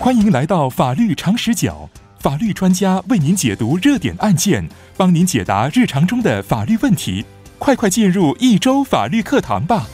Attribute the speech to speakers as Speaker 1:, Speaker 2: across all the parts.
Speaker 1: 欢迎来到法律常识角，法律专家为您解读热点案件，帮您解答日常中的法律问题。快快进入一周法律课堂吧！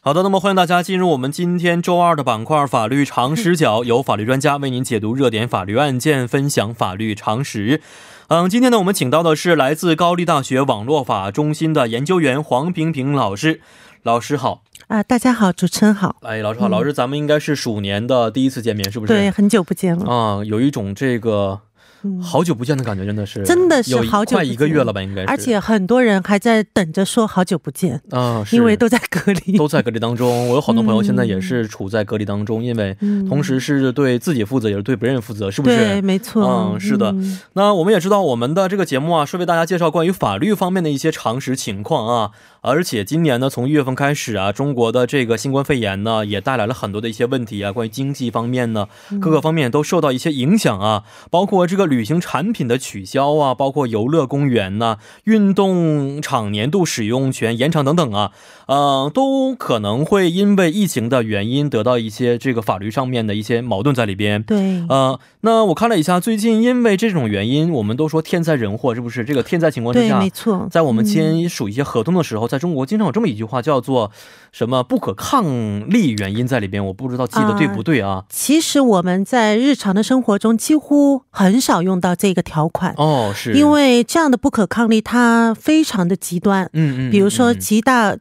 Speaker 2: 好的，那么欢迎大家进入我们今天周二的板块“法律常识角”，由法律专家为您解读热点法律案件，分享法律常识。嗯，今天呢，我们请到的是来自高丽大学网络法中心的研究员黄平平老师。老师好，
Speaker 3: 啊，大家好，主持人好，
Speaker 2: 哎，老师好，老师，咱们应该是鼠年的第一次见面，是不是？
Speaker 3: 嗯对，很久不见了，
Speaker 2: 啊，有一种这个
Speaker 3: 嗯
Speaker 2: 好久不见的感觉，真的是，
Speaker 3: 真的是
Speaker 2: 有
Speaker 3: 好久
Speaker 2: 快
Speaker 3: 不
Speaker 2: 一个月
Speaker 3: 见
Speaker 2: 了吧，应该是。
Speaker 3: 而且很多人还在等着说好久不见，
Speaker 2: 啊，是
Speaker 3: 因为都在隔 离，
Speaker 2: 都在隔离当中。我有好多朋友现在也
Speaker 3: 嗯
Speaker 2: 是处在隔离当中，因为
Speaker 3: 嗯
Speaker 2: 同时是对自己负责，也是对别人负责，是不
Speaker 3: 对，
Speaker 2: 是？
Speaker 3: 没错，
Speaker 2: 嗯是的
Speaker 3: 嗯
Speaker 2: 那我们也知道，我们的这个节目啊，是为大家介绍关于法律方面的一些常识情况啊。而且今年呢，从一月份开始啊，中国的这个新冠肺炎呢，也带来了很多的一些问题啊，关于经济方面呢，各个方面都受到一些影响啊，包括这个旅行产品的取消啊，包括游乐公园呐、运动场年度使用权延长等等啊，呃，都可能会因为疫情的原因得到一些这个法律上面的一些矛盾在里边。
Speaker 3: 对，
Speaker 2: 呃，那我看了一下，最近因为这种原因，我们都说天灾人祸，是不是？这个天灾情况之
Speaker 3: 对，
Speaker 2: 下
Speaker 3: 没，错，
Speaker 2: 啊
Speaker 3: 嗯
Speaker 2: 在我们签署一些合同的时候，在中国经常有这么一句话，叫做什么不可抗力原因在里边，我不知道记得对不对啊？
Speaker 3: 其实我们在日常的生活中几乎很少用到这个条款，
Speaker 2: 哦，是
Speaker 3: 因为这样的不可抗力它非常的极端，
Speaker 2: 嗯嗯，
Speaker 3: 比如说
Speaker 2: 嗯
Speaker 3: 极大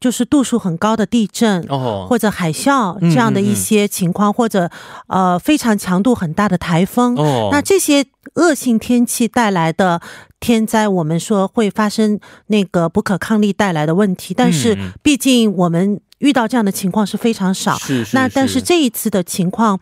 Speaker 3: 就是度数很高的地震，
Speaker 2: 哦，
Speaker 3: 或者海啸
Speaker 2: 嗯
Speaker 3: 这样的
Speaker 2: 嗯
Speaker 3: 一
Speaker 2: 嗯
Speaker 3: 些情况，或者呃非常强度很大的台风，
Speaker 2: 哦，
Speaker 3: 那这些恶性天气带来的天灾，我们说会发生那个不可抗力带来的问题，但是
Speaker 2: 嗯
Speaker 3: 毕竟我们遇到这样的情况是非常少。
Speaker 2: 是是，
Speaker 3: 那但是这一次的情况，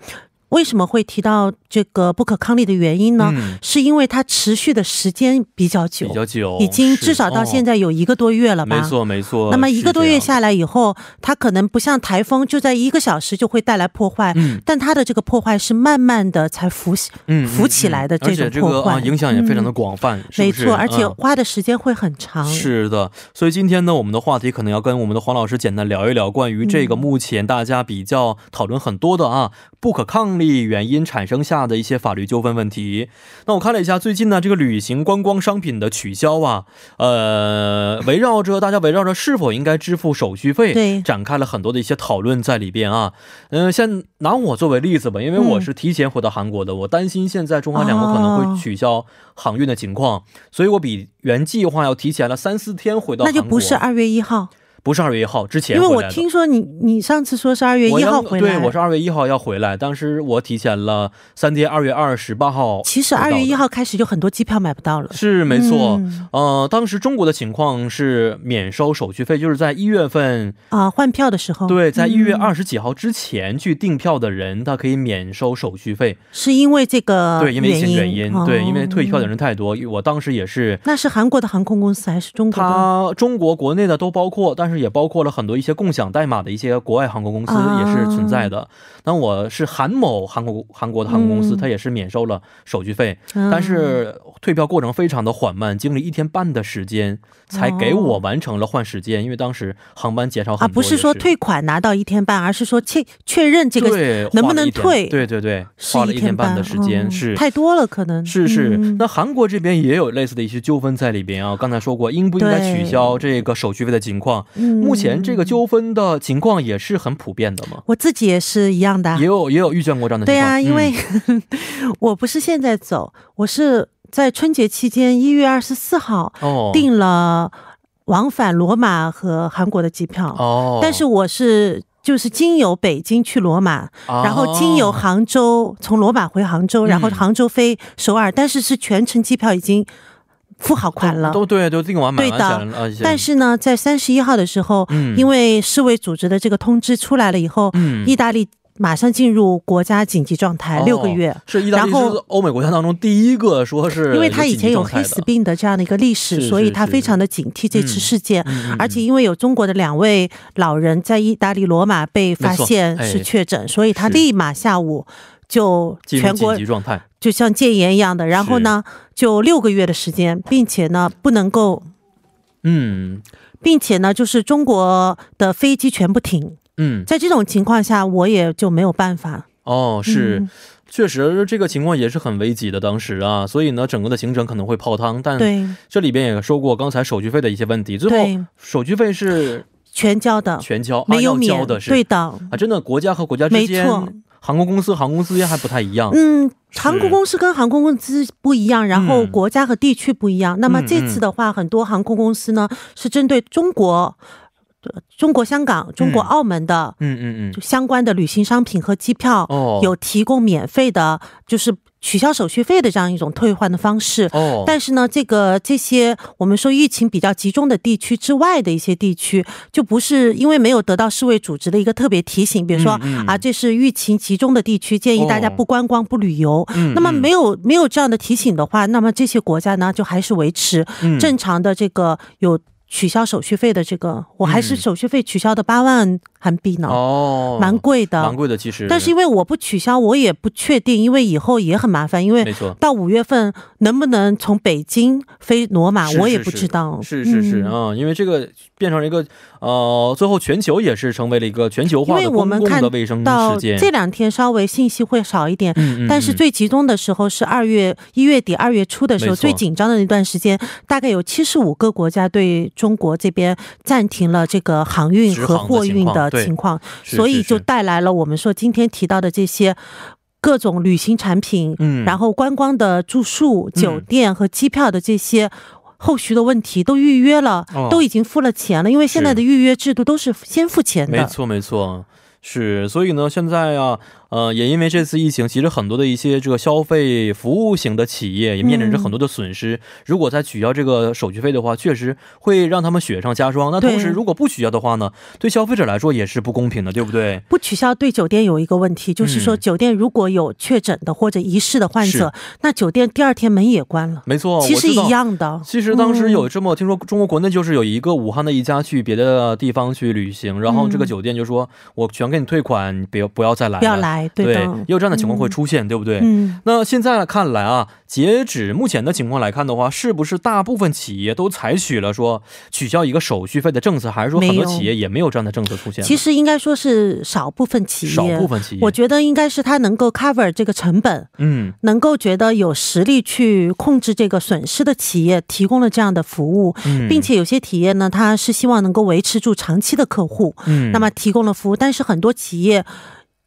Speaker 3: 为什么会提到这个不可抗力的原因呢？
Speaker 2: 嗯
Speaker 3: 是因为它持续的时间比较久
Speaker 2: 比，较久，
Speaker 3: 已经至少到现
Speaker 2: 在
Speaker 3: 在有一个多月了吧？
Speaker 2: 没错没错。
Speaker 3: 那么一个多
Speaker 2: 是这
Speaker 3: 月
Speaker 2: 样，
Speaker 3: 下来以后，它可能不像台风，就在一个小时就会带来破坏，
Speaker 2: 嗯
Speaker 3: 但它的这个破坏是慢慢的才浮起
Speaker 2: 嗯，
Speaker 3: 浮起来的
Speaker 2: 嗯嗯而且
Speaker 3: 这
Speaker 2: 这
Speaker 3: 种
Speaker 2: 个
Speaker 3: 破坏嗯
Speaker 2: 啊影响也非常的广泛，是
Speaker 3: 没
Speaker 2: 不是
Speaker 3: 错，而且
Speaker 2: 嗯
Speaker 3: 花的时间会很长。
Speaker 2: 是的，所以今天呢，我们的话题可能要跟我们的黄老师简单聊一聊关于这
Speaker 3: 嗯
Speaker 2: 个目前大家比较讨论很多的啊、不可抗力原因产生下的一些法律纠纷问题。那我看了一下最近呢，这个旅行观光商品的取消啊，呃，围绕着大家围绕着是否应该支付手续费，
Speaker 3: 对
Speaker 2: 展开了很多的一些讨论在里边啊。嗯、先拿我作为例子吧，因为我
Speaker 3: 嗯
Speaker 2: 是提前回到韩国的，我担心现在中韩两国可能
Speaker 3: 哦
Speaker 2: 会取消航运的情况。所以我比原计划要提前了三四天回到
Speaker 3: 那
Speaker 2: 韩
Speaker 3: 就
Speaker 2: 国，
Speaker 3: 不是二月一号，
Speaker 2: 不是二月一号之前
Speaker 3: 因为
Speaker 2: 回
Speaker 3: 我
Speaker 2: 来的。
Speaker 3: 听说你你上次说是二月
Speaker 2: 我
Speaker 3: 一
Speaker 2: 要
Speaker 3: 号回来，
Speaker 2: 对，我是二月一号要回来，但是我提前了三天，二月二十八号。
Speaker 3: 其实二月一号开始就很多机票买不到了。
Speaker 2: 是没错、
Speaker 3: 嗯
Speaker 2: 呃，当时中国的情况是免收手续费，就是在一月份，
Speaker 3: 啊，换票的时候，
Speaker 2: 对，在一月
Speaker 3: 嗯
Speaker 2: 二十几号之前去订票的人，他可以免收手续费，
Speaker 3: 是因为这个
Speaker 2: 对，因为疫情原因，对，
Speaker 3: 啊哦
Speaker 2: 因为退票的人太多，我当时也是
Speaker 3: 那是韩国的航空公司还是中国的？嗯
Speaker 2: 它中国国内的都包括，但是也包括了很多一些共享代码的一些国外航空公司
Speaker 3: 啊
Speaker 2: 也是存在的。那我是韩某韩国韩国的航空公司，
Speaker 3: 嗯
Speaker 2: 它也是免收了手续费，
Speaker 3: 嗯
Speaker 2: 但是退票过程非常的缓慢，经历一天半的时间才给我完成了换时间，因为当时航班减少
Speaker 3: 啊，
Speaker 2: 很多
Speaker 3: 不
Speaker 2: 也是。
Speaker 3: 是说退款拿到一天半，而是说确确认这个
Speaker 2: 对
Speaker 3: 能不能
Speaker 2: 花了一天
Speaker 3: 退
Speaker 2: 对对对，
Speaker 3: 是
Speaker 2: 花了一天半
Speaker 3: 半
Speaker 2: 的时间
Speaker 3: 哦
Speaker 2: 是
Speaker 3: 太多了，可能
Speaker 2: 是是
Speaker 3: 嗯，
Speaker 2: 那韩国这边也有类似的一些纠纷在里边啊。刚才说过，应不应该
Speaker 3: 对
Speaker 2: 取消这个手续费的情况，
Speaker 3: 嗯
Speaker 2: 目前这个纠纷的情况也是很普遍的嘛。
Speaker 3: 我自己也是一样的啊，
Speaker 2: 也有也有遇见过这样的情
Speaker 3: 对
Speaker 2: 况。
Speaker 3: 啊，因为、
Speaker 2: 嗯
Speaker 3: 我不是现在走，我是在春节期间一月二十四号
Speaker 2: 哦
Speaker 3: 订了往返罗马和韩国的机票，
Speaker 2: 哦，
Speaker 3: 但是我是。就是经由北京去罗马，
Speaker 2: 啊
Speaker 3: 然后经由杭州，从罗马回杭州，然
Speaker 2: 嗯
Speaker 3: 后杭州飞首尔，但是是全程机票已经付好款了。
Speaker 2: 都对都订完买
Speaker 3: 对
Speaker 2: 完
Speaker 3: 的
Speaker 2: 钱了，而且
Speaker 3: 但是呢，在三十一号的时候，
Speaker 2: 嗯
Speaker 3: 因为世卫组织的这个通知出来了以后，
Speaker 2: 嗯
Speaker 3: 意大利马上进入国家紧急状态
Speaker 2: 哦
Speaker 3: 六个月。
Speaker 2: 是意大利
Speaker 3: 然后
Speaker 2: 是欧美国家当中第一个说是
Speaker 3: 因为他以前有
Speaker 2: 紧急状态
Speaker 3: 黑
Speaker 2: 的
Speaker 3: 死，病的这样的一个历史，
Speaker 2: 是是
Speaker 3: 所以他
Speaker 2: 是
Speaker 3: 非常的警惕这次事件。
Speaker 2: 嗯嗯
Speaker 3: 而且因为有中国的两位老人在意大利罗马被发现
Speaker 2: 没错哎
Speaker 3: 是确诊，所以他
Speaker 2: 是
Speaker 3: 立马下午就
Speaker 2: 进入
Speaker 3: 全国
Speaker 2: 紧急状态，
Speaker 3: 就像戒严一样的，然后呢就六个月的时间，并且呢不能够，
Speaker 2: 嗯
Speaker 3: 并且呢就是中国的飞机全部停，
Speaker 2: 嗯，
Speaker 3: 在这种情况下，我也就没有办法。
Speaker 2: 哦，是。
Speaker 3: 嗯
Speaker 2: 确实，这个情况也是很危急的。当时啊，所以呢，整个的行程可能会泡汤。但
Speaker 3: 嗯对，
Speaker 2: 这里边也说过刚才手续费的一些问题。最嗯后
Speaker 3: 对，
Speaker 2: 手续费是
Speaker 3: 全交的，
Speaker 2: 全交，啊
Speaker 3: 没有
Speaker 2: 要
Speaker 3: 免
Speaker 2: 交的是
Speaker 3: 对的，
Speaker 2: 啊，真的国家和国家之
Speaker 3: 没
Speaker 2: 间
Speaker 3: 错，
Speaker 2: 航空公司、航空公司之间还不太一样。
Speaker 3: 嗯，
Speaker 2: 是
Speaker 3: 航空公司跟航空公司不一样，然后
Speaker 2: 嗯
Speaker 3: 国家和地区不一样。那么
Speaker 2: 嗯
Speaker 3: 这次的话，很多航空公司呢是针对中国、呃中国香港、中国
Speaker 2: 嗯
Speaker 3: 澳门的
Speaker 2: 嗯嗯嗯
Speaker 3: 就，相关的旅行商品和机票，
Speaker 2: 哦，
Speaker 3: 有提供免费的，就是取消手续费的这样一种退换的方式。
Speaker 2: 哦，
Speaker 3: 但是呢，这个这些我们说疫情比较集中的地区之外的一些地区，就不是因为没有得到世卫组织的一个特别提醒，比如说、
Speaker 2: 嗯嗯
Speaker 3: 啊，这是疫情集中的地区，建议大家
Speaker 2: 哦
Speaker 3: 不观光、不旅游。
Speaker 2: 嗯
Speaker 3: 那么没
Speaker 2: 有
Speaker 3: 有没有这样的提醒的话，那么这些国家呢，就还是维持
Speaker 2: 嗯
Speaker 3: 正常的这个有取消手续费的这个，我还是
Speaker 2: 嗯
Speaker 3: 手续费取消的八万韩币呢，
Speaker 2: 哦，
Speaker 3: 蛮贵的。
Speaker 2: 蛮贵的，其实。
Speaker 3: 但是因为我不取消，我也不确定，因为以后也很麻烦，因
Speaker 2: 没
Speaker 3: 为
Speaker 2: 错，
Speaker 3: 到五月份能不能从北京飞罗马，
Speaker 2: 是
Speaker 3: 我也
Speaker 2: 是
Speaker 3: 不知道。
Speaker 2: 是是是
Speaker 3: 嗯
Speaker 2: 啊、因为这个变成了一个呃，最后全球也是成为了一个全球
Speaker 3: 因
Speaker 2: 化
Speaker 3: 为
Speaker 2: 的
Speaker 3: 我
Speaker 2: 公
Speaker 3: 们
Speaker 2: 共
Speaker 3: 看
Speaker 2: 的卫生
Speaker 3: 到
Speaker 2: 事件。
Speaker 3: 这两天稍微信息会少一点，
Speaker 2: 嗯嗯，
Speaker 3: 但是
Speaker 2: 嗯
Speaker 3: 最集中的时候是二月一月底二月初的时候，
Speaker 2: 没错
Speaker 3: 最紧张的那段时间，大概有七十五个国家对中国这边暂停了这个航运
Speaker 2: 直
Speaker 3: 和
Speaker 2: 航的
Speaker 3: 货运
Speaker 2: 情况
Speaker 3: 的
Speaker 2: 对
Speaker 3: 情况，
Speaker 2: 是
Speaker 3: 所
Speaker 2: 是
Speaker 3: 以就是带来了我们说今天提到的这些各种旅行产品，
Speaker 2: 嗯，
Speaker 3: 然
Speaker 2: 后
Speaker 3: 后观光的住宿、
Speaker 2: 嗯
Speaker 3: 酒店和机票的这些。后续的问题都预约了、
Speaker 2: 哦
Speaker 3: 都已经付了钱了，因为现在的预约制度都是先付钱
Speaker 2: 没
Speaker 3: 的。
Speaker 2: 错没错。是，所以呢，现在啊，呃，也因为这次疫情，其实很多的一些这个消费服务型的企业也面临着
Speaker 3: 嗯
Speaker 2: 很多的损失。如果再取消这个手续费的话，确实会让他们雪上加霜。那同
Speaker 3: 对
Speaker 2: 时，如果不取消的话呢，对消费者来说也是不公平的，对不对？
Speaker 3: 不取消对酒店有一个问题，就是说
Speaker 2: 嗯
Speaker 3: 酒店如果有确诊的或者疑似的患者，那酒店第二天门也关了，
Speaker 2: 没错，
Speaker 3: 其
Speaker 2: 哦我
Speaker 3: 实
Speaker 2: 知道
Speaker 3: 一样嗯的。
Speaker 2: 其实当时有这么听说，中国国内就是有一个武汉的一家去别的地方去旅行，然后这个酒店就说我全给你退款，你别不要再来了，
Speaker 3: 嗯不要来，
Speaker 2: 啊对，
Speaker 3: 的，
Speaker 2: 也有这样的情况会出现，对不对？
Speaker 3: 嗯，
Speaker 2: 那现在看来啊，截止目前的情况来看的话，是不是大部分企业都采取了说取消一个手续费的政策，还是说很
Speaker 3: 没
Speaker 2: 多
Speaker 3: 有
Speaker 2: 企业也没有这样的政策出现呢？
Speaker 3: 其实应该说是少部分企业，
Speaker 2: 少部分企业，
Speaker 3: 我觉得应该是它能够 cover 这个成本，
Speaker 2: 嗯，
Speaker 3: 能够觉得有实力去控制这个损失的企业提供了这样的服务，
Speaker 2: 嗯
Speaker 3: 并且有些企业呢，它是希望能够维持住长期的客户，
Speaker 2: 嗯，
Speaker 3: 那么提供了服务，但是很多企业。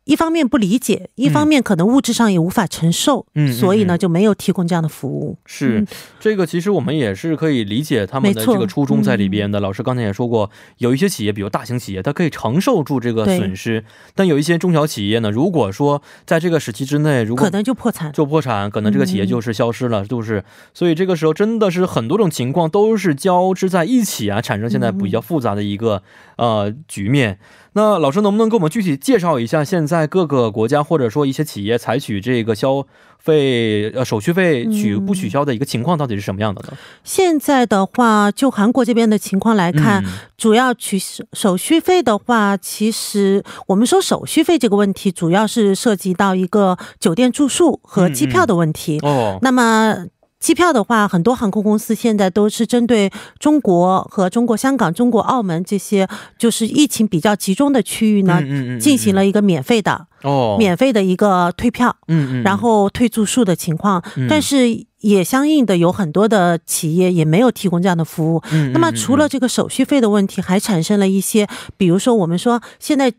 Speaker 3: 一方面不理解，一方面可能物质上也无法承受，
Speaker 2: 嗯嗯嗯
Speaker 3: 所以呢就没有提供这样的服务。
Speaker 2: 是
Speaker 3: 嗯，
Speaker 2: 这个其实我们也是可以理解他们的这
Speaker 3: 没错嗯
Speaker 2: 个初衷在里边的。老师刚才也说过，有一些企业，比如大型企业，它可以承受住这个
Speaker 3: 对
Speaker 2: 损失，但有一些中小企业呢，如果说在这个时期之内，如果
Speaker 3: 可能就破产。
Speaker 2: 就破产，可能这个企业
Speaker 3: 嗯
Speaker 2: 就是消失了，就是所以这个时候真的是很多种情况都是交织在一起啊，产生现在
Speaker 3: 嗯
Speaker 2: 比较复杂的一个、呃局面。那老师能不能给我们具体介绍一下现在各个国家或者说一些企业采取这个消费呃手续费取不
Speaker 3: 嗯
Speaker 2: 取消的一个情况到底是什么样的呢？
Speaker 3: 现在的话，就韩国这边的情况来看，
Speaker 2: 嗯
Speaker 3: 主要取手续费的话，其实我们说手续费这个问题，主要是涉及到一个酒店住宿和机票的问题。
Speaker 2: 哦，
Speaker 3: 那么。机票的话，很多航空公司现在都是针对中国和中国香港、中国澳门这些就是疫情比较集中的区域呢，
Speaker 2: 嗯
Speaker 3: 进行了一个免费的、
Speaker 2: 哦
Speaker 3: 免费的一个退票，
Speaker 2: 嗯嗯，
Speaker 3: 然后退住宿的情况。
Speaker 2: 嗯
Speaker 3: 但是也相应的有很多的企业也没有提供这样的服务。
Speaker 2: 嗯嗯
Speaker 3: 那么
Speaker 2: 嗯
Speaker 3: 除了这个手续费的问题，还产生了一些，比如说我们说现在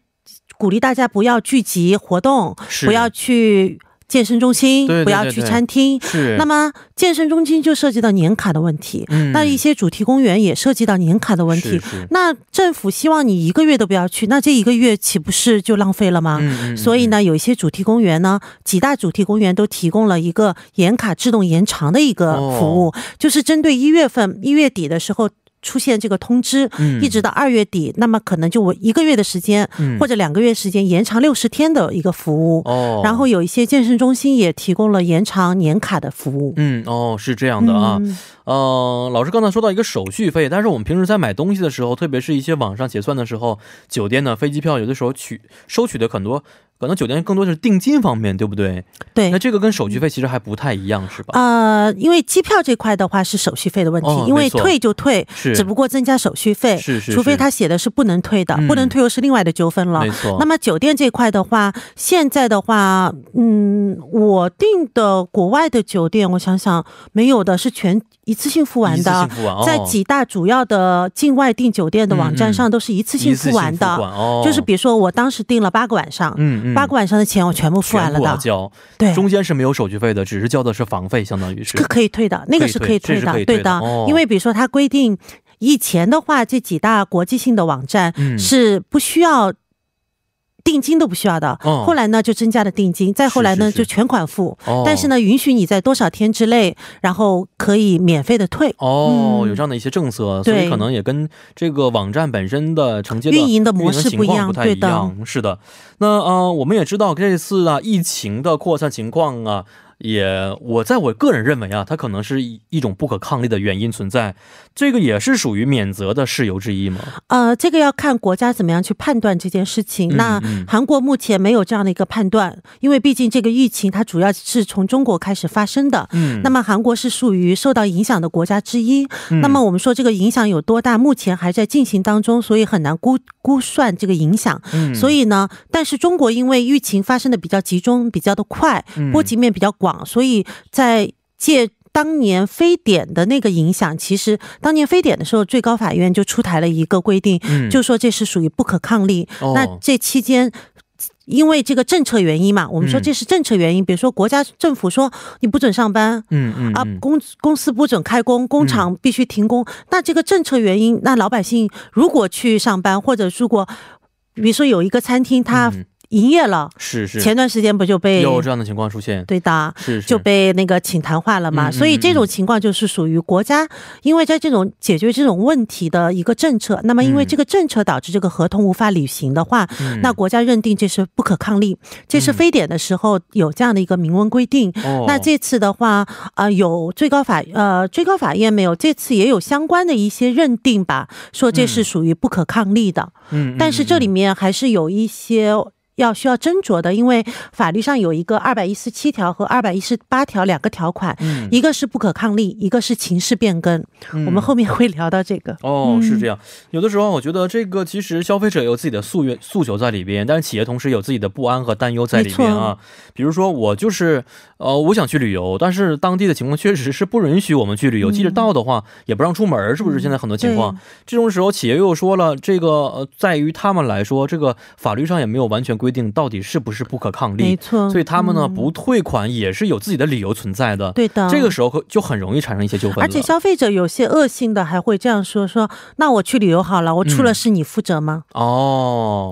Speaker 3: 鼓励大家不要聚集活动，
Speaker 2: 是
Speaker 3: 不要去健身中心，
Speaker 2: 对对
Speaker 3: 不要
Speaker 2: 对
Speaker 3: 去
Speaker 2: 对
Speaker 3: 餐厅。
Speaker 2: 是
Speaker 3: 那么健身中心就涉及到年卡的问题，
Speaker 2: 嗯
Speaker 3: 那一些主题公园也涉及到年卡的问
Speaker 2: 是
Speaker 3: 题。
Speaker 2: 是
Speaker 3: 那政府希望你一个月都不要去，那这一个月岂不是就浪费了吗？
Speaker 2: 嗯嗯
Speaker 3: 所以呢，有一些主题公园呢，几大主题公园都提供了一个年卡自动延长的一个
Speaker 2: 哦
Speaker 3: 服务，就是针对一月份、一月底的时候出现这个通知，
Speaker 2: 嗯
Speaker 3: 一直到二月底，那么可能就我一个月的时间、
Speaker 2: 嗯
Speaker 3: 或者两个月时间延长六十天的一个服务。
Speaker 2: 哦，
Speaker 3: 然后有一些健身中心也提供了延长年卡的服务。
Speaker 2: 嗯哦是这样的啊。
Speaker 3: 嗯
Speaker 2: 呃，老师刚才说到一个手续费，但是我们平时在买东西的时候，特别是一些网上结算的时候，酒店呢、飞机票有的时候取收取的很多可能酒店更多是定金方面，对不对？
Speaker 3: 对
Speaker 2: 那，这个跟手续费其实还不太一样，是吧？
Speaker 3: 呃，因为机票这块的话是手续费的问题，
Speaker 2: 哦
Speaker 3: 因为
Speaker 2: 没错
Speaker 3: 退就退，
Speaker 2: 是
Speaker 3: 只不过增加手续费，
Speaker 2: 是是是
Speaker 3: 除非他写的是不能退的，
Speaker 2: 嗯
Speaker 3: 不能退又是另外的纠纷了
Speaker 2: 没。错。
Speaker 3: 那么酒店这块的话，现在的话，嗯，我订的国外的酒店，我想想，没有的是全一次性付完
Speaker 2: 一次
Speaker 3: 的
Speaker 2: 性，付完哦、
Speaker 3: 在几大主要的境外订酒店的网
Speaker 2: 嗯嗯
Speaker 3: 站上都是一次性付完
Speaker 2: 一次性付
Speaker 3: 的，
Speaker 2: 款哦、
Speaker 3: 就是比如说我当时订了八个晚上，
Speaker 2: 嗯嗯，
Speaker 3: 八个晚上的钱我全部付完
Speaker 2: 全
Speaker 3: 了
Speaker 2: 部要
Speaker 3: 的，
Speaker 2: 交，
Speaker 3: 对，
Speaker 2: 中间是没有手续费的，只是交的是房费，相当于是
Speaker 3: 可可以退的，那个是
Speaker 2: 可以退这
Speaker 3: 退
Speaker 2: 是可
Speaker 3: 的，
Speaker 2: 以退
Speaker 3: 对
Speaker 2: 的哦
Speaker 3: 因为比如说它规定，以前的话，这几大国际性的网站
Speaker 2: 嗯
Speaker 3: 是不需要。定金都不需要的，
Speaker 2: 哦
Speaker 3: 后来呢就增加了定金，再后来呢
Speaker 2: 是是是
Speaker 3: 就全款付，
Speaker 2: 哦
Speaker 3: 但是呢允许你在多少天之内，然后可以免费的退。
Speaker 2: 哦，
Speaker 3: 嗯
Speaker 2: 有这样的一些政策，所以
Speaker 3: 对
Speaker 2: 可能也跟这个网站本身的承接的
Speaker 3: 运营的模
Speaker 2: 运营
Speaker 3: 式
Speaker 2: 情
Speaker 3: 不一
Speaker 2: 况
Speaker 3: 样
Speaker 2: 不太
Speaker 3: 对
Speaker 2: 一样。是的，那呃，我们也知道这次啊疫情的扩散情况啊。也，我在我个人认为啊，它可能是一一种不可抗力的原因存在，这个也是属于免责的事由之一嘛。
Speaker 3: 呃，这个要看国家怎么样去判断这件事情。
Speaker 2: 嗯
Speaker 3: 那
Speaker 2: 嗯
Speaker 3: 韩国目前没有这样的一个判断，因为毕竟这个疫情它主要是从中国开始发生的，
Speaker 2: 嗯，
Speaker 3: 那么韩国是属于受到影响的国家之一。
Speaker 2: 嗯
Speaker 3: 那么我们说这个影响有多大，目前还在进行当中，所以很难估估算这个影响。
Speaker 2: 嗯
Speaker 3: 所以呢，但是中国因为疫情发生的比较集中、比较的快，
Speaker 2: 嗯
Speaker 3: 波及面比较广，所以在借。当年非典的那个影响，其实当年非典的时候，最高法院就出台了一个规定，
Speaker 2: 嗯
Speaker 3: 就说这是属于不可抗力。
Speaker 2: 哦
Speaker 3: 那这期间。因为这个政策原因嘛，我们说
Speaker 2: 嗯
Speaker 3: 这是政策原因，比如说国家政府说你不准上班。
Speaker 2: 嗯嗯
Speaker 3: 啊
Speaker 2: 嗯，
Speaker 3: 公公司不准开工，工厂必须停工。那这个政策原因，那老百姓如果去上班，或者如果比如说有一个餐厅它
Speaker 2: 嗯
Speaker 3: 营业了，
Speaker 2: 是是
Speaker 3: 前段时间不就被
Speaker 2: 有这样的情况出现，
Speaker 3: 对的，
Speaker 2: 是是
Speaker 3: 就被那个请谈话了嘛。
Speaker 2: 嗯嗯
Speaker 3: 所以这种情况就是属于国家，因为在这种解决这种问题的一个政策，那么因为
Speaker 2: 嗯
Speaker 3: 这个政策导致这个合同无法履行的话，
Speaker 2: 嗯
Speaker 3: 那国家认定这是不可抗力。这是非典的时候有这样的一个明文规定。
Speaker 2: 哦
Speaker 3: 那这次的话，呃，有最高法呃最高法院没有，这次也有相关的一些认定吧，说这是属于不可抗力的。
Speaker 2: 嗯嗯嗯
Speaker 3: 但是这里面还是有一些要需要斟酌的，因为法律上有一个二百一十七条和二百一十八条两个条款，
Speaker 2: 嗯
Speaker 3: 一个是不可抗力，一个是情势变更。
Speaker 2: 嗯
Speaker 3: 我们后嗯面会聊到这个。
Speaker 2: 哦，是这样。有的时候，我觉得这个其实消费者有自己的诉愿诉求在里边，但是企业同时有自己的不安和担忧在里边
Speaker 3: 没
Speaker 2: 啊。比如说，我就是呃，我想去旅游，但是当地的情况确实是不允许我们去旅游，即使到的话也不让出门儿，是不是？现在很多情
Speaker 3: 嗯
Speaker 2: 况，这种时候企业又说了，这个呃，在于他们来说，这个法律上也没有完全规定到底是不是不可抗
Speaker 3: 没
Speaker 2: 力，
Speaker 3: 错，
Speaker 2: 所以他们呢
Speaker 3: 嗯
Speaker 2: 不退款也是有自己的理由存在的。
Speaker 3: 对的，
Speaker 2: 这个。时候可就很容易产生一些纠纷了，
Speaker 3: 而且消费者有些恶性的还会这样说：说那我去旅游好了，我
Speaker 2: 嗯
Speaker 3: 出了事你负责吗？
Speaker 2: 哦，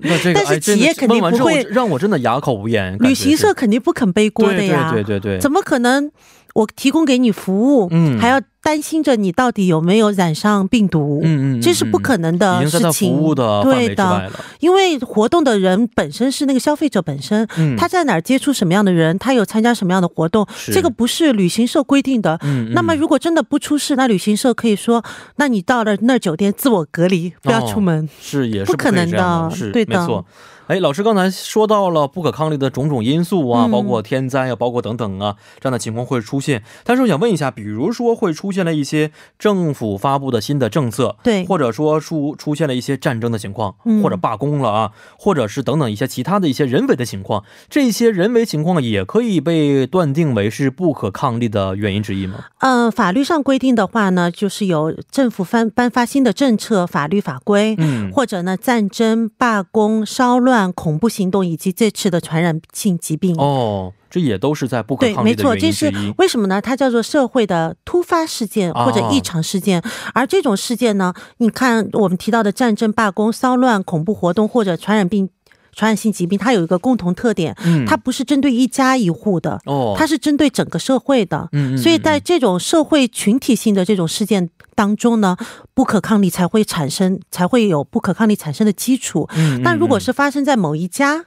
Speaker 2: 那这个
Speaker 3: 但是
Speaker 2: 哎真的
Speaker 3: 企业肯定
Speaker 2: 问完之后
Speaker 3: 不会
Speaker 2: 让我真的哑口无言。感觉
Speaker 3: 旅行社肯定不肯背
Speaker 2: 是
Speaker 3: 锅的呀，
Speaker 2: 对对对对对，
Speaker 3: 怎么可能？我提供给你服务，
Speaker 2: 嗯
Speaker 3: 还要担心着你到底有没有染上病毒，
Speaker 2: 嗯嗯嗯，
Speaker 3: 这是不可能
Speaker 2: 嗯已
Speaker 3: 的
Speaker 2: 经在他
Speaker 3: 事情。
Speaker 2: 服务的范围
Speaker 3: 对
Speaker 2: 之
Speaker 3: 的，
Speaker 2: 外了。
Speaker 3: 因为活动的人本身是那个消费者本身，
Speaker 2: 嗯，
Speaker 3: 他在哪儿接触什么样的人，他有参加什么样的活动，
Speaker 2: 是
Speaker 3: 这个不是旅行社规定的。
Speaker 2: 嗯，嗯
Speaker 3: 那么，如果真的不出事，那旅行社可以说，那你到了那儿酒店自我隔
Speaker 2: 哦
Speaker 3: 离，不要出门。
Speaker 2: 是也是
Speaker 3: 不
Speaker 2: 可
Speaker 3: 可
Speaker 2: 以
Speaker 3: 能
Speaker 2: 这样
Speaker 3: 的
Speaker 2: 是
Speaker 3: 对
Speaker 2: 没
Speaker 3: 的
Speaker 2: 错。哎，老师刚才说到了不可抗力的种种因素啊，
Speaker 3: 嗯
Speaker 2: 包括天灾啊，包括等等啊，这样的情况会出现。但是我想问一下，比如说会出现了一些政府发布的新的政策，
Speaker 3: 对
Speaker 2: 或者说出出现了一些战争的情况，
Speaker 3: 嗯
Speaker 2: 或者罢工了啊，或者是等等一些其他的一些人为的情况，这些人为情况也可以被断定为是不可抗力的原因之一吗？
Speaker 3: 嗯、法律上规定的话呢，就是有政府颁颁发新的政策、法律法规，
Speaker 2: 嗯，
Speaker 3: 或者呢战争、罢工、骚乱、恐怖行动以及这次的传染性疾病。
Speaker 2: 哦，这也都是在不可
Speaker 3: 对，
Speaker 2: 抗
Speaker 3: 没
Speaker 2: 力的
Speaker 3: 错，
Speaker 2: 原因
Speaker 3: 这
Speaker 2: 之
Speaker 3: 是
Speaker 2: 一。
Speaker 3: 为什么呢？它叫做社会的突发事件
Speaker 2: 哦
Speaker 3: 或者异常事件。而这种事件呢，你看我们提到的战争、罢工、骚乱、恐怖活动或者传染病、传染性疾病，它有一个共同特点，
Speaker 2: 嗯，
Speaker 3: 它不是针对一家一户的，
Speaker 2: 哦，
Speaker 3: 它是针对整个社会的。
Speaker 2: 嗯，嗯嗯
Speaker 3: 所以在这种社会群体性的这种事件当中呢，不可抗力才会产生，才会有不可抗力产生的基础。
Speaker 2: 嗯，
Speaker 3: 但如果
Speaker 2: 是。嗯
Speaker 3: 是发生在某一家，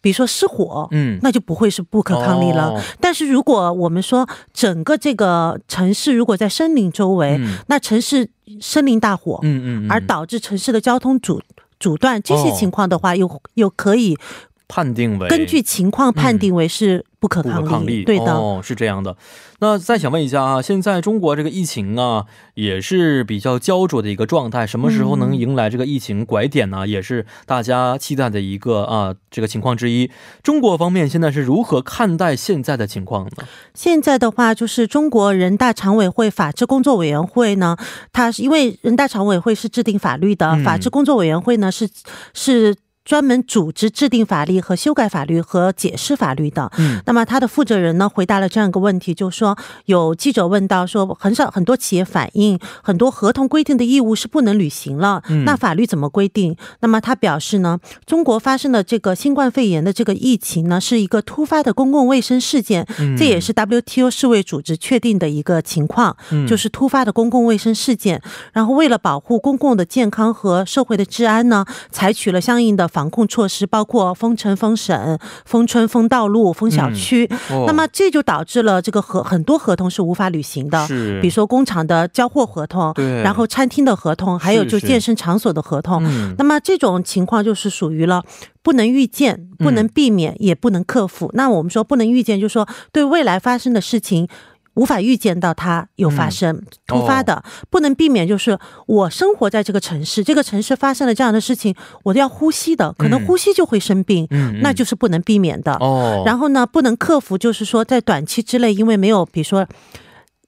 Speaker 3: 比如说失火，
Speaker 2: 嗯，
Speaker 3: 那就不会是不可抗力了。
Speaker 2: 哦
Speaker 3: 但是如果我们说整个这个城市如果在森林周围，
Speaker 2: 嗯
Speaker 3: 那城市森林大火，
Speaker 2: 嗯嗯嗯，哦
Speaker 3: 而导致城市的交通阻阻断，这些情况的话，又又可以
Speaker 2: 判定为
Speaker 3: 根据情况判定为是不可
Speaker 2: 不
Speaker 3: 抗
Speaker 2: 可
Speaker 3: 力。
Speaker 2: 抗力，
Speaker 3: 对的、
Speaker 2: 哦，是这样的。那再想问一下啊，现在中国这个疫情啊，也是比较焦灼的一个状态，什么时候
Speaker 3: 嗯
Speaker 2: 能迎来这个疫情拐点呢？也是大家期待的一个啊这个情况之一。中国方面现在是如何看待现在的情况呢？
Speaker 3: 现在的话，就是中国人大常委会法制工作委员会呢，它是因为人大常委会是制定法律的，
Speaker 2: 嗯
Speaker 3: 法制工作委员会呢是是。专门组织制定法律和修改法律和解释法律的，
Speaker 2: 嗯
Speaker 3: 那么他的负责人呢回答了这样一个问题，就说有记者问到说，很少很多企业反映，很多合同规定的义务是不能履行了，
Speaker 2: 嗯
Speaker 3: 那法律怎么规定？那么他表示呢，中国发生的这个新冠肺炎的这个疫情呢，是一个突发的公共卫生事件，
Speaker 2: 嗯
Speaker 3: 这也是 WTO 世卫组织确定的一个情况，
Speaker 2: 嗯
Speaker 3: 就是突发的公共卫生事件。然后为了保护公共的健康和社会的治安呢，采取了相应的防控措施，包括封城、封省、封村、封道路、封小区。
Speaker 2: 哦
Speaker 3: 那么这就导致了这个合很多合同是无法履行的。
Speaker 2: 是
Speaker 3: 比如说工厂的交货合同，
Speaker 2: 对
Speaker 3: 然后餐厅的合同，还有
Speaker 2: 是
Speaker 3: 就是健身场所的合同，
Speaker 2: 嗯
Speaker 3: 那么这种情况就是属于了不能预见、不
Speaker 2: 嗯
Speaker 3: 能避免、也不能克服。那我们说不能预见，就是说对未来发生的事情。无法预见到它有
Speaker 2: 嗯
Speaker 3: 发生、突
Speaker 2: 哦
Speaker 3: 发的，不能避免。就是我生活在这个城市，这个城市发生了这样的事情，我都要呼吸的，可能
Speaker 2: 嗯
Speaker 3: 呼吸就会生病，
Speaker 2: 嗯
Speaker 3: 那就是不能避免的。
Speaker 2: 哦，
Speaker 3: 然后呢，不能克服，就是说在短期之内，因为没有，比如说。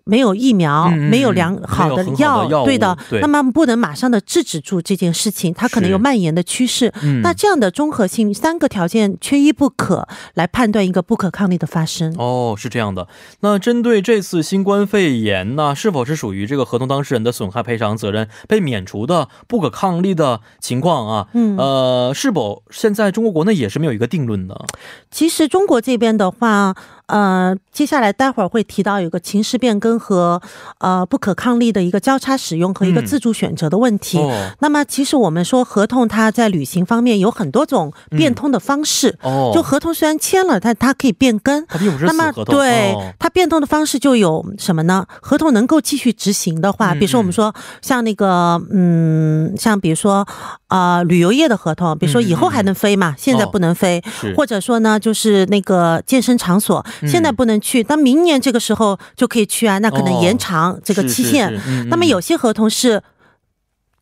Speaker 3: 没有疫苗，
Speaker 2: 嗯嗯嗯
Speaker 3: 没有良好
Speaker 2: 没有
Speaker 3: 的
Speaker 2: 很好的
Speaker 3: 药，
Speaker 2: 药物
Speaker 3: 对的。
Speaker 2: 对
Speaker 3: 那么不能马上的制止住这件事情，它可能
Speaker 2: 是
Speaker 3: 有蔓延的趋势。
Speaker 2: 嗯
Speaker 3: 那这样的综合性三个条件缺一不可，来判断一个不可抗力的发生。
Speaker 2: 哦，是这样的。那针对这次新冠肺炎呢，是否是属于这个合同当事人的损害赔偿责任被免除的不可抗力的情况啊？
Speaker 3: 嗯
Speaker 2: 呃，是否现在中国国内也是没有一个定论的？
Speaker 3: 其实中国这边的话，呃，接下来待会儿会提到有个情势变更和呃不可抗力的一个交叉使用和一个
Speaker 2: 嗯
Speaker 3: 自主选择的问题。
Speaker 2: 哦
Speaker 3: 那么，其实我们说合同，它在履行方面有很多种变通的方式。
Speaker 2: 哦，
Speaker 3: 就合同虽然签了，但它可以变更。
Speaker 2: 它并不是
Speaker 3: 那
Speaker 2: 死
Speaker 3: 么，
Speaker 2: 合同，
Speaker 3: 对
Speaker 2: 哦、
Speaker 3: 它变动的方式就有什么呢？合同能够继续执行的话，
Speaker 2: 嗯
Speaker 3: 比如说我们说像那个，嗯，像比如说，呃，旅游业的合同，比如说
Speaker 2: 嗯
Speaker 3: 以后还能飞嘛，现在不能飞，
Speaker 2: 哦是
Speaker 3: 或者说呢，就是那个健身场所
Speaker 2: 嗯
Speaker 3: 现在不能去，但明年这个时候就可以去啊，那可能
Speaker 2: 哦
Speaker 3: 延长这个
Speaker 2: 是
Speaker 3: 期
Speaker 2: 是
Speaker 3: 限。
Speaker 2: 是嗯
Speaker 3: 那么
Speaker 2: 嗯
Speaker 3: 有些合同是。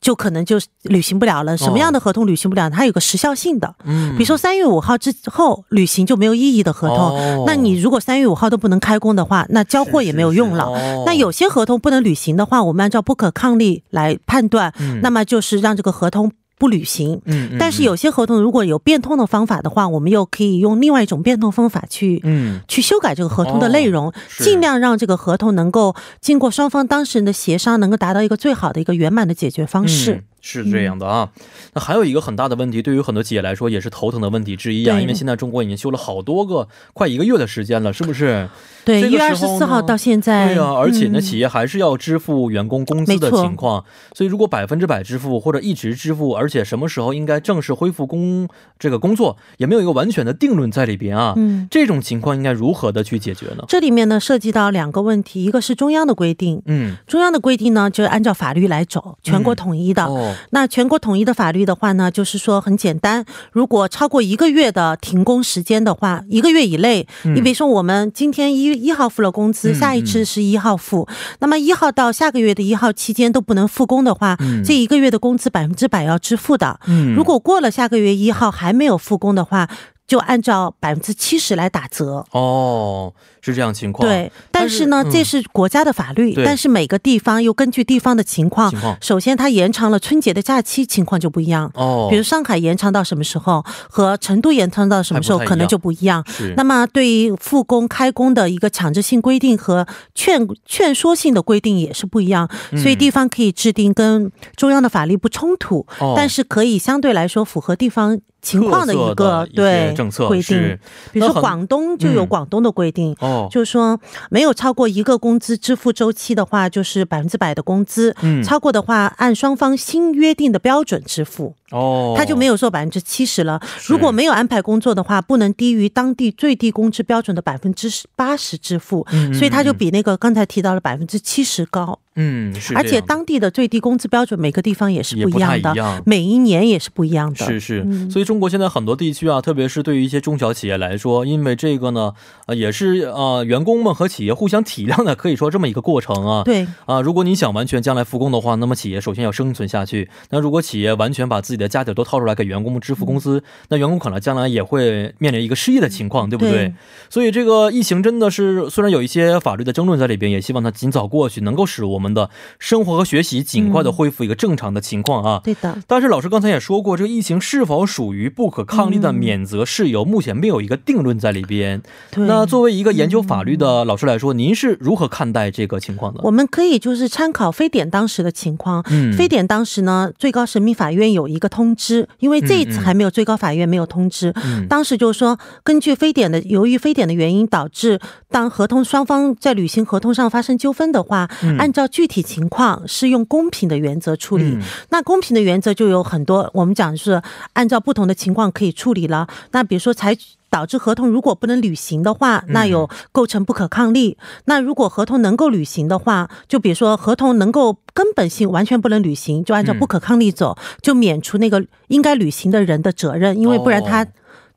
Speaker 3: 就可能就是履行不了了，什么样的合同履行不了？它有个时效性的，
Speaker 2: 哦嗯，
Speaker 3: 比如说三月五号之后履行就没有意义的合同。
Speaker 2: 哦
Speaker 3: 那你如果三月五号都不能开工的话，那交货也没有用了。
Speaker 2: 是是是哦
Speaker 3: 那有些合同不能履行的话，我们按照不可抗力来判断，
Speaker 2: 嗯
Speaker 3: 那么就是让这个合同不履行。
Speaker 2: 嗯嗯，
Speaker 3: 但是有些合同如果有变通的方法的话，我们又可以用另外一种变通方法去、
Speaker 2: 嗯
Speaker 3: 去修改这个合同的内容，
Speaker 2: 哦是
Speaker 3: 尽量让这个合同能够经过双方当事人的协商，能够达到一个最好的一个圆满的解决方式。
Speaker 2: 嗯是这样的啊，那还有一个很大的问题，对于很多企业来说也是头疼的问题之一啊，
Speaker 3: 对
Speaker 2: 因为现在中国已经休了好多个，快一个月的时间了，是不是？
Speaker 3: 对，
Speaker 2: 这
Speaker 3: 一
Speaker 2: 个
Speaker 3: 月
Speaker 2: 时候呢
Speaker 3: 二十四号到现在，
Speaker 2: 对啊，而且呢，
Speaker 3: 嗯
Speaker 2: 企业还是要支付员工工资的
Speaker 3: 没错
Speaker 2: 情况，所以如果百分之百支付或者一直支付，而且什么时候应该正式恢复工这个工作，也没有一个完全的定论在里边啊。
Speaker 3: 嗯
Speaker 2: 这种情况应该如何的去解决呢？
Speaker 3: 这里面呢涉及到两个问题，一个是中央的规定，
Speaker 2: 嗯，
Speaker 3: 中央的规定呢就是按照法律来走，全国统一的。
Speaker 2: 哦，
Speaker 3: 那全国统一的法律的话呢，就是说很简单，如果超过一个月的停工时间的话，一个月以内，你比如说我们今天一一号付了工资，
Speaker 2: 嗯
Speaker 3: 下一次是一号付，那么一号到下个月的一号期间都不能复工的话，
Speaker 2: 嗯
Speaker 3: 这一个月的工资百分之百要支付的。
Speaker 2: 嗯，
Speaker 3: 如果过了下个月一号还没有复工的话，就按照百分之七十来打折。
Speaker 2: 哦是这样情况，
Speaker 3: 对，
Speaker 2: 但
Speaker 3: 但
Speaker 2: 是
Speaker 3: 是呢，
Speaker 2: 嗯
Speaker 3: 这是国家的法律
Speaker 2: 对，
Speaker 3: 但是每个地方又根据地方的情况
Speaker 2: 情，况
Speaker 3: 首先它延长了春节的假期，情况就不一样。
Speaker 2: 哦，
Speaker 3: 比如上海延长到什么时候，和成都延长到什么时候，
Speaker 2: 还不太一样嗯
Speaker 3: 可能就不一样。
Speaker 2: 是
Speaker 3: 那么对于复工开工的一个强制性规定和劝劝说性的规定也是不一样，
Speaker 2: 嗯
Speaker 3: 所以地方可以制定跟中央的法律不冲突，
Speaker 2: 哦
Speaker 3: 但是可以相对来说符合地方情况的一
Speaker 2: 特色的一
Speaker 3: 个
Speaker 2: 些
Speaker 3: 对
Speaker 2: 政策
Speaker 3: 规定
Speaker 2: 是。
Speaker 3: 比如
Speaker 2: 那
Speaker 3: 说
Speaker 2: 很嗯
Speaker 3: 广东就有广东的规定，
Speaker 2: 哦，
Speaker 3: 就是说没有超过一个工资支付周期的话，就是百分之百的工资。
Speaker 2: 嗯
Speaker 3: 超过的话，按双方新约定的标准支付，
Speaker 2: 哦，
Speaker 3: 他就没
Speaker 2: 有
Speaker 3: 有说百分之七十了。如果没有安排工作的话，不能低于当地最低工资标准的百分之八十支付，所以他就比那个刚才提到的百分之七十高。
Speaker 2: 嗯，是这样
Speaker 3: 而
Speaker 2: 的，
Speaker 3: 且当地的最低工资标准每个地方也是
Speaker 2: 也
Speaker 3: 不一
Speaker 2: 不太
Speaker 3: 样
Speaker 2: 一
Speaker 3: 的，
Speaker 2: 样。
Speaker 3: 每一年也是不一样的。嗯
Speaker 2: 是是，所以中国现在很多地区啊，特别是对于一些中小企业来说，因为这个呢，呃，也是呃，员工们和企业互相体谅的，可以说这么一个过程啊。
Speaker 3: 对，
Speaker 2: 啊，如果你想完全将来复工的话，那么企业首先要生存下去。那如果企业完全把自己的家底儿都掏出来给员工们支
Speaker 3: 嗯
Speaker 2: 付工资，那员工可能将来也会面临一个失业的情况，对不对？
Speaker 3: 对
Speaker 2: 所以这个疫情真的是，虽然有一些法律的争论在里边，也希望它尽早过去，能够使我们的生活和学习尽快
Speaker 3: 嗯
Speaker 2: 的恢复一个正常的情况啊。
Speaker 3: 对的，
Speaker 2: 但是老师刚才也说过，这个疫情是否属于不可抗力的免责事由，目前没有一个定论在里边。
Speaker 3: 嗯对。嗯
Speaker 2: 那作为一个研究法律的老师来说，您是如何看待这个情况的？
Speaker 3: 我们可以就是参考非典当时的情况。
Speaker 2: 嗯
Speaker 3: 非典当时呢，最高人民法院有一个通知，因为这一次
Speaker 2: 嗯嗯
Speaker 3: 还没有最高法院没有通知，
Speaker 2: 嗯
Speaker 3: 当时就是说，根据非典的，由于非典的原因导致，当合同双方在履行合同上发生纠纷的话，按照具体情况是用公平的原则处理。
Speaker 2: 嗯
Speaker 3: 那公平的原则就有很多，我们讲是按照不同的情况可以处理了。那比如说采取导致合同如果不能履行的话，
Speaker 2: 嗯
Speaker 3: 那有构成不可抗力；那如果合同能够履行的话，就比如说合同能够根本性完全不能履行，就按照不可抗力走，
Speaker 2: 嗯
Speaker 3: 就免除那个应该履行的人的责任，因为不然他
Speaker 2: 哦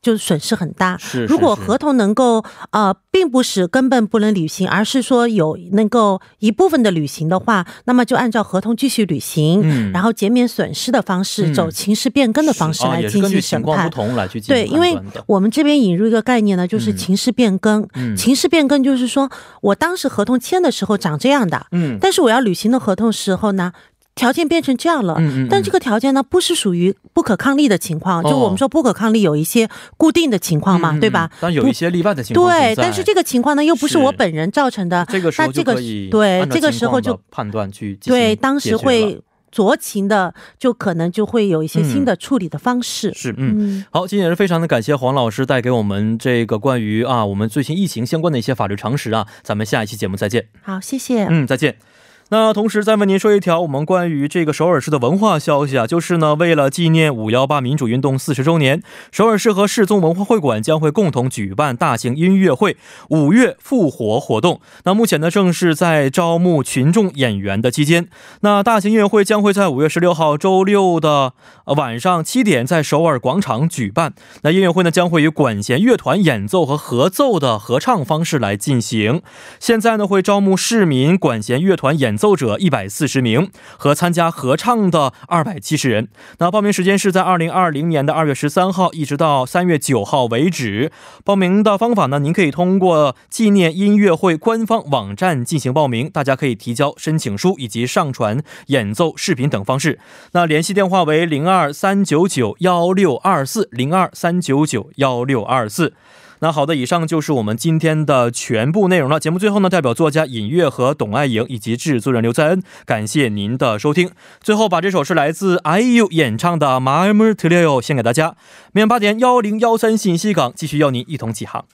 Speaker 3: 就损失很大。
Speaker 2: 是是
Speaker 3: 如果
Speaker 2: 是
Speaker 3: 合同能够呃，并不是根本不能履行，而是说有能够一部分的履行的话，那么就按照合同继续履行，
Speaker 2: 嗯
Speaker 3: 然后减免损失的方式，
Speaker 2: 嗯
Speaker 3: 走情势变更的方式
Speaker 2: 啊
Speaker 3: 来
Speaker 2: 也是
Speaker 3: 进
Speaker 2: 根据
Speaker 3: 行
Speaker 2: 情
Speaker 3: 审
Speaker 2: 况
Speaker 3: 判。
Speaker 2: 不同来去进
Speaker 3: 对，
Speaker 2: 行
Speaker 3: 因
Speaker 2: 判
Speaker 3: 为
Speaker 2: 断的。
Speaker 3: 我们这边引入一个概念呢，就是
Speaker 2: 嗯
Speaker 3: 情势变更。
Speaker 2: 嗯
Speaker 3: 情势变更就是说我当时合同签的时候长这样的，
Speaker 2: 嗯
Speaker 3: 但是我要履行的合同时候呢，条件变成这样了。
Speaker 2: 嗯嗯，哦
Speaker 3: 但这
Speaker 2: 个
Speaker 3: 个条件呢，不是属于不可抗力的情况，就我们说不可抗力有一些固定的情况嘛，
Speaker 2: 嗯
Speaker 3: 对吧？？
Speaker 2: 但有一些例外的情况存在，
Speaker 3: 对，但是这个情况呢，又不是
Speaker 2: 是
Speaker 3: 我本人造成的，
Speaker 2: 这个时候
Speaker 3: 那这
Speaker 2: 就
Speaker 3: 个
Speaker 2: 可以
Speaker 3: 对
Speaker 2: 按照
Speaker 3: 这个
Speaker 2: 情
Speaker 3: 时候
Speaker 2: 况
Speaker 3: 就
Speaker 2: 的判断去进行
Speaker 3: 对，当
Speaker 2: 解决
Speaker 3: 时
Speaker 2: 了
Speaker 3: 会酌情的，就可能就会有一
Speaker 2: 嗯
Speaker 3: 些新的处理的方式。
Speaker 2: 是嗯
Speaker 3: 嗯，
Speaker 2: 好，今天也是非常的感谢黄老师带给我们这个关于啊我们最新疫情相关的一些法律常识啊，咱们下一期节目再见。
Speaker 3: 好，谢谢。
Speaker 2: 嗯，再见。那同时再为您说一条我们关于这个首尔市的文化消息啊，就是呢，为了纪念五幺八民主运动四十周年，首尔市和世宗文化会馆将会共同举办大型音乐会“五月复活”活动。那目前呢，正是在招募群众演员的期间。那大型音乐会将会在五月十六号周六的呃晚上七点在首尔广场举办。那音乐会呢，将会以管弦乐团演奏和合奏的合唱方式来进行。现在呢，会招募市民管弦乐团演奏者一百四十名和参加合唱的二百七十人。那报名时间是在二零二零年的二月十三号一直到三月九号为止。报名的方法呢，您可以通过纪念音乐会官方网站进行报名，大家可以提交申请书以及上传演奏视频等方式。那联系电话为零二三九九幺六二四零二三九九幺六二四。那好的，以上就是我们今天的全部内容了。节目最后呢，代表作家尹月和董爱莹以及制作人刘在恩，感谢您的收听。最后把这首是来自 IU 演唱的《马尔姆特列 o 献给大家。明晚八点幺零幺三信息港继续要您一同起航。